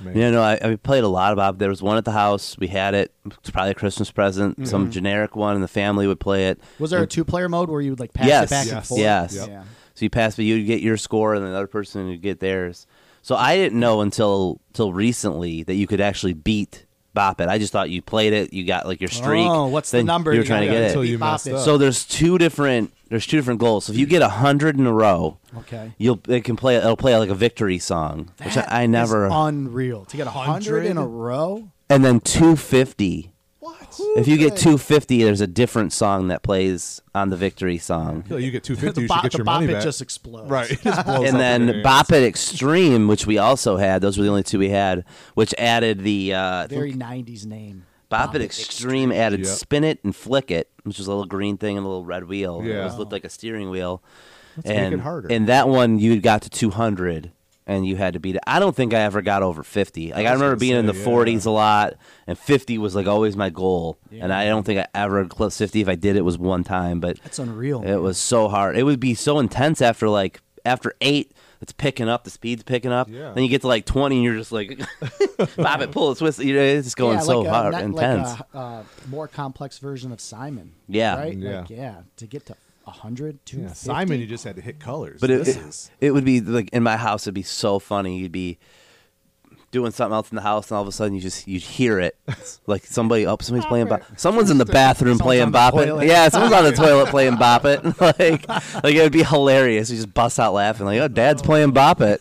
Man.
Yeah, no, I, I played a lot of Bob. There was one at the house. We had it. It's probably a Christmas present. Some generic one, and the family would play it.
Was there a two player mode where you would like pass
yes,
it back and
yes,
forth?
yes.
Yep.
Yeah.
So you pass, but you'd get your score, and the other person would get theirs. So I didn't know until till recently that you could actually beat Bop It. I just thought you played it. You got like your streak.
Oh, what's the
then
number?
You were trying to
gotta
get it.
until you
Bop
messed
It.
up.
So there's two different there's two different goals. So if you get a hundred in a row,
Okay.
you'll it can play it'll play like a victory song, which
That
I, I
is
never.
unreal to get a hundred in a row.
and then two fifty.
What?
If you get two fifty, there's a different song that plays on the victory song.
you get two fifty,
The
you should
bop,
get
the
your
bop
money
it
back.
just explodes.
right, it just blows
and
up in your
then
hand.
Bop It Extreme, which we also had. Those were the only two we had, which added the uh, I think
Very '90s name.
Bop It Extreme added
Yep.
Spin It and Flick It, which was a little green thing and a little red wheel. It
Yeah.
was, looked like a steering wheel.
make
and
it harder.
and that one you got to 200 and you had to beat it. I don't think I ever got over 50. Like I,
was
remember
gonna
being in the
say, yeah.
40s a lot and 50 was like always my goal. And I don't think I ever clipped 50. If I did it was one time, but
That's unreal.
Oh, it was so hard. It would be so intense after like after eight. It's picking up. The speed's picking up.
Yeah.
Then you get to like twenty, and you're just like, "Bob it, pull it, twist." it," You know, it's just going
yeah,
so
like a,
hard,
not-
intense.
Like a, uh, more complex version of Simon.
Yeah.
Right. Like,
Yeah.
yeah. To get to 100,
Yeah,
250.
Simon, you just had to hit colors.
but it,
this
it
is
would be like in my house. It'd be so funny. You'd be doing something else in the house, and all of a sudden you just you'd hear it, like somebody up, somebody's playing bop. Someone's in the bathroom playing
on the
bop it.
toilet.
Yeah, someone's on the toilet playing bop it. Like, like it would be hilarious. You just bust out laughing, like, "Oh, Dad's playing bop it."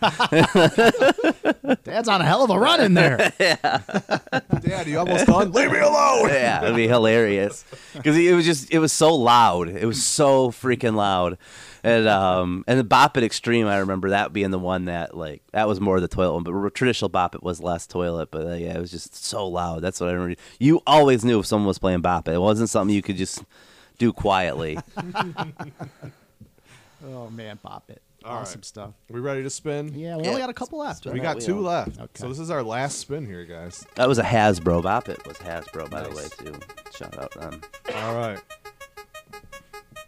Dad's on a hell of a run in there.
Dad, you almost done. Leave me alone.
yeah, it'd be hilarious because it was just it was so loud. It was so freaking loud, and um and the Bop It Extreme. I remember that being the one that like that was more the toilet one, but re- traditional Bop It was less toilet. But uh, yeah, it was just so loud. That's what I remember. You always knew if someone was playing Bop It. It wasn't something you could just do quietly.
oh man, Bop it. awesome stuff.
We ready to spin?
Yeah. We
Yeah.
only got a couple left.
We
right?
got two left.
Okay.
So this is our last spin here, guys.
that was a Hasbro Bop It. Was Hasbro by
Nice.
the way too. Shout out them.
All right.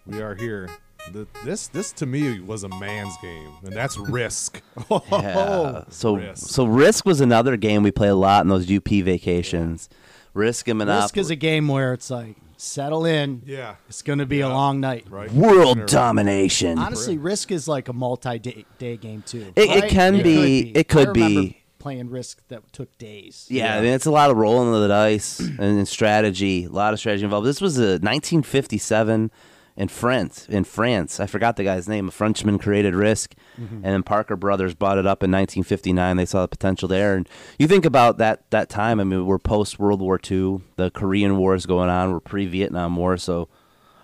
We are here. Th- This this to me was a man's game, and that's risk.
Yeah. Uh, So
Oh, Risk.
so Risk was another game we played a lot in those UP vacations. Risk and Monopoly.
Risk is a game where it's like settle in.
Yeah.
It's gonna be a long night.
Right.
world domination.
Honestly, Risk is like a multi-day day game too.
It- it can be- it could
I remember
be.
playing Risk that took days.
yeah,
Yeah.
I mean it's a lot of rolling of the dice and, and strategy, a lot of strategy involved. This was a 1957 in France. In France, I forgot the guy's name. A Frenchman created Risk, and then Parker Brothers bought it up in 1959. They saw the potential there, and you think about that that time. I mean, we're post World War II, the Korean War is going on, we're pre Vietnam War, so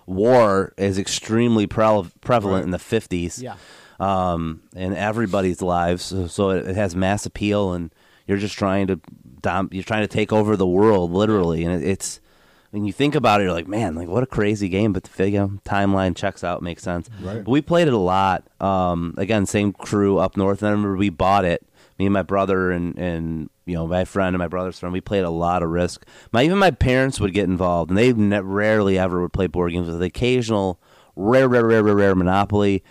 war is extremely prel- prevalent in the 50s.
Yeah.
um, in everybody's lives. So, so it, it has mass appeal, and you're just trying to dom- you're trying to take over the world literally. And it, it's when you think about it, you're like, man, like what a crazy game. But the figure timeline checks out, makes sense.
Right.
But we played it a lot. Um, again, same crew up north. And I remember we bought it. Me and my brother and and you know my friend and my brother's friend. We played a lot of Risk. My even my parents would get involved, and they ne- rarely ever would play board games. With the occasional rare, rare, rare, rare, rare Monopoly.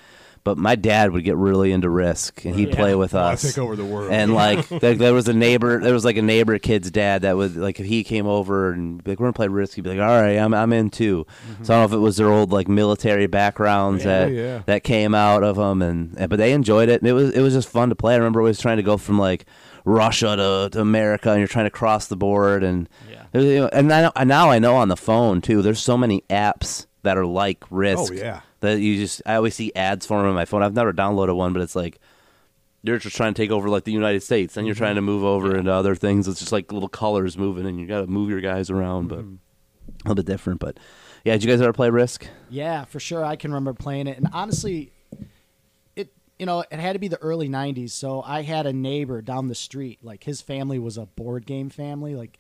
But my dad would get really into Risk, and he'd play with
I
us.
take over the world.
And like there, there was a neighbor, there was like a neighbor kid's dad that would like if he came over and be like we're gonna play Risk, he'd be like, all right, I'm I'm in too. So I don't know if it was their old like military backgrounds that
Mm-hmm. yeah.
that came out of them, and, and- but they enjoyed it, and it was it was just fun to play. I remember always trying to go from like Russia to, to America, and you're trying to cross the board, and
Yeah.
it was, you know, and I know, and now I know on the phone too. There's so many apps that are like Risk.
Oh,
yeah.
That you just I always see ads for them on my phone. I've never downloaded one, but it's like you're just trying to take over like the United States, and you're trying
Mm-hmm.
to move over into other things. It's just like little colors moving, and you got to move your guys around, but
Mm-hmm.
a little bit different. But yeah, did you guys ever play Risk?
Yeah, for sure. I can remember playing it, and honestly, it you know it had to be the early '90s. So I had a neighbor down the street. Like his family was a board game family. Like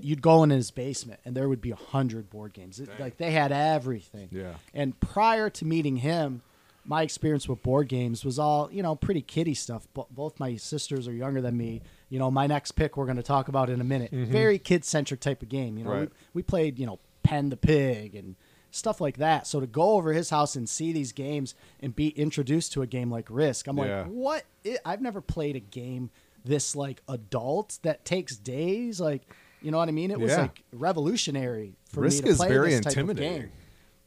you'd go in his basement, and there would be a hundred board games. It, like they had everything.
Yeah.
And prior to meeting him, my experience with board games was all you know pretty kiddie stuff. Bo- both my sisters are younger than me. You know, my next pick we're going to talk about in a minute. Very kid centric type of game. You know,
Right.
we, we played you know Pen the Pig and stuff like that. So to go over his house and see these games and be introduced to a game like Risk, I'm
Yeah.
like, what? i I've never played a game this like adult that takes days. Like, you know what I mean? It was
Yeah.
like revolutionary for
Risk
me to
is
play
very
this type of
intimidating.
game.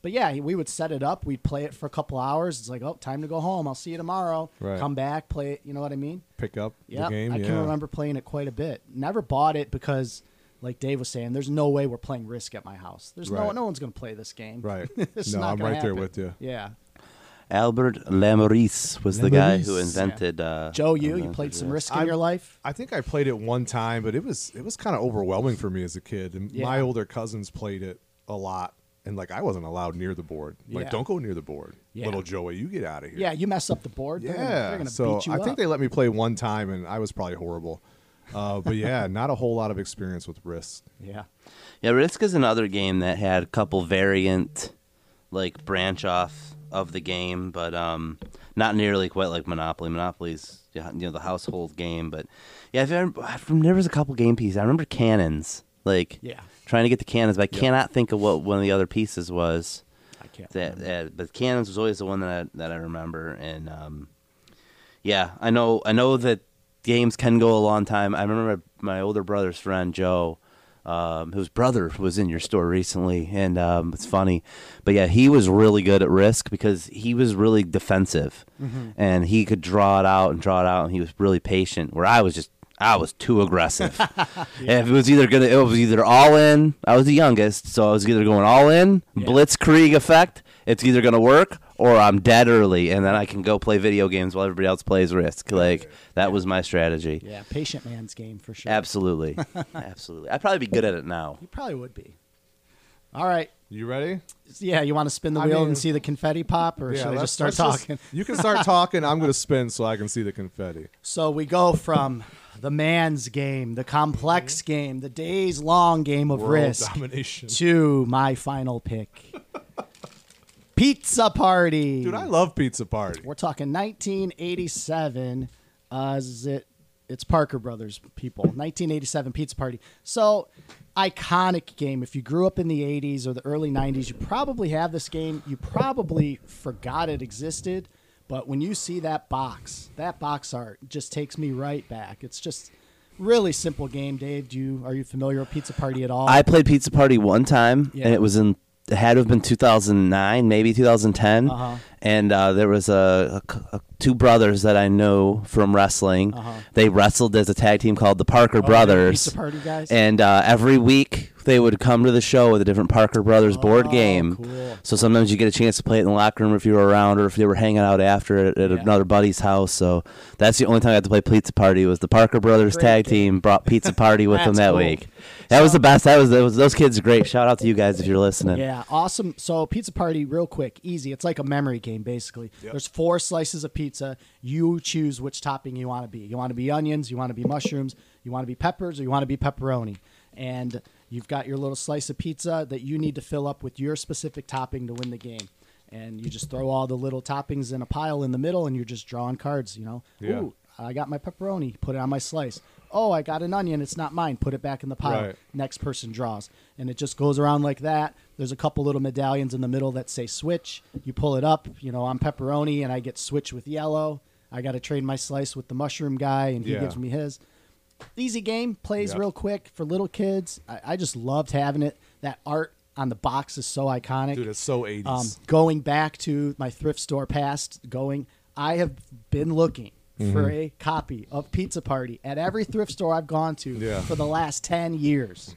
But yeah, we would set it up. We'd play it for a couple hours. It's like, oh, time to go home. I'll see you tomorrow.
Right.
Come back, play it. You know what I mean?
Pick up
Yeah,
the game.
I
yeah.
can remember playing it quite a bit. Never bought it because, like Dave was saying, there's no way we're playing Risk at my house. There's no
Right.
no one's gonna play this game.
Right.
This is
No,
not
I'm
gonna
right there
happen.
with you.
Yeah.
Albert Lamorisse was the guy who
Lamorisse.
invented. Uh,
Joe, you you
invented
played some
Risk.
Risk in
I'm-
your life?
I think I played it one time, but it was it was kind of overwhelming for me as a kid. And my
Yeah.
older cousins played it a lot, and like I wasn't allowed near the board. Like,
Yeah.
don't go near the board,
Yeah.
little Joey. You get out of here.
Yeah, you mess up the board. They're gonna,
yeah.
they're gonna
so
beat you
I
up.
think they let me play one time, and I was probably horrible. Uh, but yeah, not a whole lot of experience with risk.
yeah.
Yeah, Risk is another game that had a couple variant, like branch off of the game, but um, not nearly quite like Monopoly. Monopoly's you know the household game, but yeah, I've, ever- I from there was a couple game pieces. I remember cannons, like
Yeah.
trying to get the cannons, but I cannot think of what one of the other pieces was.
I can't.
That, that but cannons was always the one that I, that I remember, and um, yeah, I know I know that games can go a long time. I remember my older brother's friend Joe, um, whose brother was in your store recently, and um, it's funny, but yeah, he was really good at Risk because he was really defensive, and he could draw it out and draw it out, and he was really patient. Where I was just. I was too aggressive. If it was either gonna, it was either all in. I was the youngest, so I was either going all in, blitzkrieg effect. It's either gonna work or I'm dead early, and then I can go play video games while everybody else plays Risk. Like that was my strategy.
Yeah, patient man's game for sure.
Absolutely, absolutely. I'd probably be good at it now.
You probably would be. All right.
You ready?
Yeah, you want to spin the
I
wheel
mean-
and see the confetti pop, or should I
let's-
just start
let's
talking?
you can start talking. I'm going to spin so I can see the confetti.
So we go from the man's game, the complex game, the days long game of
Mm-hmm. World
risk,
domination.
to my final pick Pizza Party.
Dude, I love pizza party.
We're talking 1987. Uh, is it? It's Parker Brothers people. 1987 Pizza Party. So iconic game. If you grew up in the 80s or the early 90s, you probably have this game. You probably forgot it existed. But when you see that box, that box art just takes me right back. It's just really simple game. Dave, do you are you familiar with Pizza Party at all?
I played Pizza Party one time,
Yeah.
and it was in it had to have been 2009, maybe 2010.
Uh-huh.
And uh, there was a, a c- a- two brothers that I know from wrestling. They wrestled as a tag team called the Parker
they were
Brothers.
Uh-huh. Oh, Pizza Party guys?
And uh, every week they would come to the show with a different Parker Brothers board
Oh,
game.
cool.
So sometimes you get a chance to play it in the locker room if you were around, or if they were hanging out after at, at
Yeah.
another buddy's house. So that's the only time I got to play Pizza Party was the Parker Brothers
Great
tag
game.
team brought Pizza Party with them
That's
that
cool.
week. That was the best. That was, that was those kids are great. Shout out to you guys if you're listening.
Yeah, awesome. So pizza party, real quick, easy. It's like a memory game, basically. There's four slices of pizza. You choose which topping you want to be. You want to be onions. You want to be mushrooms. You want to be peppers, or you want to be pepperoni. And you've got your little slice of pizza that you need to fill up with your specific topping to win the game. And you just throw all the little toppings in a pile in the middle, and you're just drawing cards. You know,
Yeah.
ooh, I got my pepperoni. Put it on my slice. Oh, I got an onion. It's not mine. Put it back in the pile
Right.
next person draws. And it just goes around like that. There's a couple little medallions in the middle that say switch. You pull it up, you know, I'm pepperoni and I get switch with yellow. I got to trade my slice with the mushroom guy and he
Yeah.
gives me his. Easy game, plays
Yeah.
real quick for little kids. I, I just loved having it. That art on the box is so iconic.
Dude, it's so 80s.
Um, going back to my thrift store past, going, I have been looking
Mm-hmm.
for a copy of Pizza Party at every thrift store I've gone to
Yeah.
for the last 10 years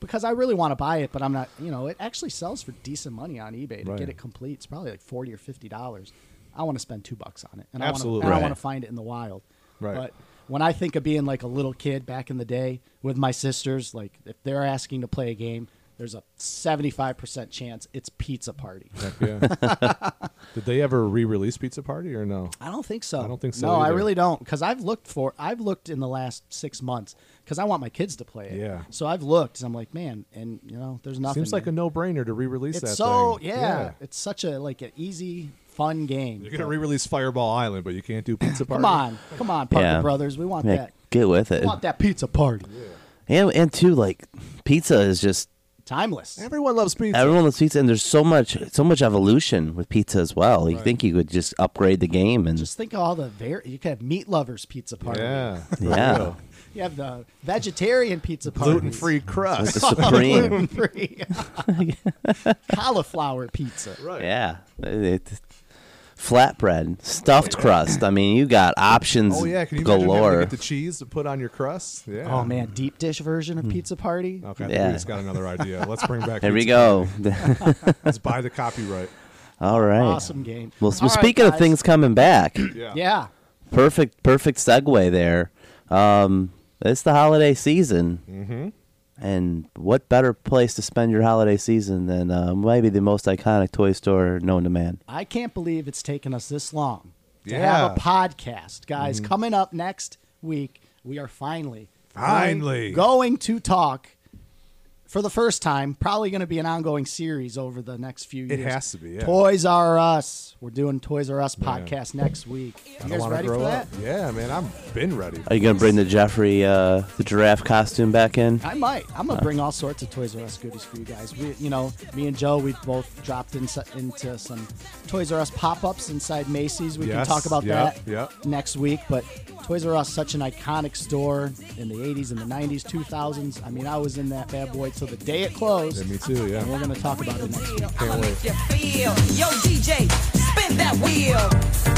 because I really want to buy it, but I'm not, you know, it actually sells for decent money on eBay to
Right.
get it complete. It's probably like 40 or $50. I want to spend two bucks on it, and I want
Absolutely.
to,
Right.
I want to find it in the wild.
Right.
But when I think of being like a little kid back in the day with my sisters, like if they're asking to play a game, there's a seventy-five percent chance it's pizza party.
Heck yeah. Did they ever re-release Pizza Party or no?
I don't think so.
I don't think so
No, I
either.
really don't because I've looked for I've looked in the last six months because I want my kids to play it.
Yeah.
So I've looked and I'm like, man, and you know, there's nothing.
Seems like a
man.
no-brainer to re-release that
It's so
thing.
yeah, It's such a like an easy, fun game.
You're gonna re-release Fireball Island, but you can't do Pizza Party.
Come on, come on, Parker
Yeah.
Brothers. We want
Yeah,
that.
Get with it.
We want that pizza party.
And and too like pizza is just
Timeless.
Everyone loves pizza.
everyone loves pizza and there's so much so much evolution with pizza as well. You think you could just upgrade the game and
Just think of all the var- you could have meat lovers pizza party.
yeah.
yeah.
You have the vegetarian pizza party.
Gluten-free crust.
The supreme.
Gluten free. Cauliflower pizza.
Yeah. It- flatbread, stuffed crust. I mean, you got options
Oh yeah, can you imagine having to
galore.
get the cheese to put on your crust? Yeah.
Oh man, deep dish version of pizza party.
Okay,
Yeah.
we just got another idea. Let's bring back.
there we
Pizza
go.
Party. Let's buy the copyright.
All right.
Awesome game.
Well,
All
well
right,
speaking of
guys.
things coming back,
Yeah.
Yeah.
perfect, perfect segue there. Um, it's the holiday season. Mm-hmm. And what better place to spend your holiday season than uh, maybe the most iconic toy store known to man?
I can't believe it's taken us this long to have
Yeah. Mm-hmm.
a podcast, guys. Coming up next week, we are finally,
Finally.
going, going to talk for the first time. Probably going to be an ongoing series over the next few years.
It has to be. Yeah.
Toys R Us. We're doing Toys R Us podcast next week. You guys
Wanna
ready
grow
for that?
up. Yeah, man, I've been ready.
Are you going to bring the Jeffrey, uh, the giraffe costume back in?
I might. I'm gonna bring all sorts of Toys R Us goodies for you guys. We, you know, me and Joe, we've both dropped in, into some Toys R Us pop-ups inside Macy's. We
Yes,
can talk about
yeah,
that
yeah.
next week. But Toys R Us, such an iconic store in the '80s and the '90s, 2000s. I mean, I was in that bad boy till the day it closed.
Yeah, me too.
And we're
Yeah.
gonna talk about it next week.
I'ma make you feel. Yo, DJ, spin that wheel.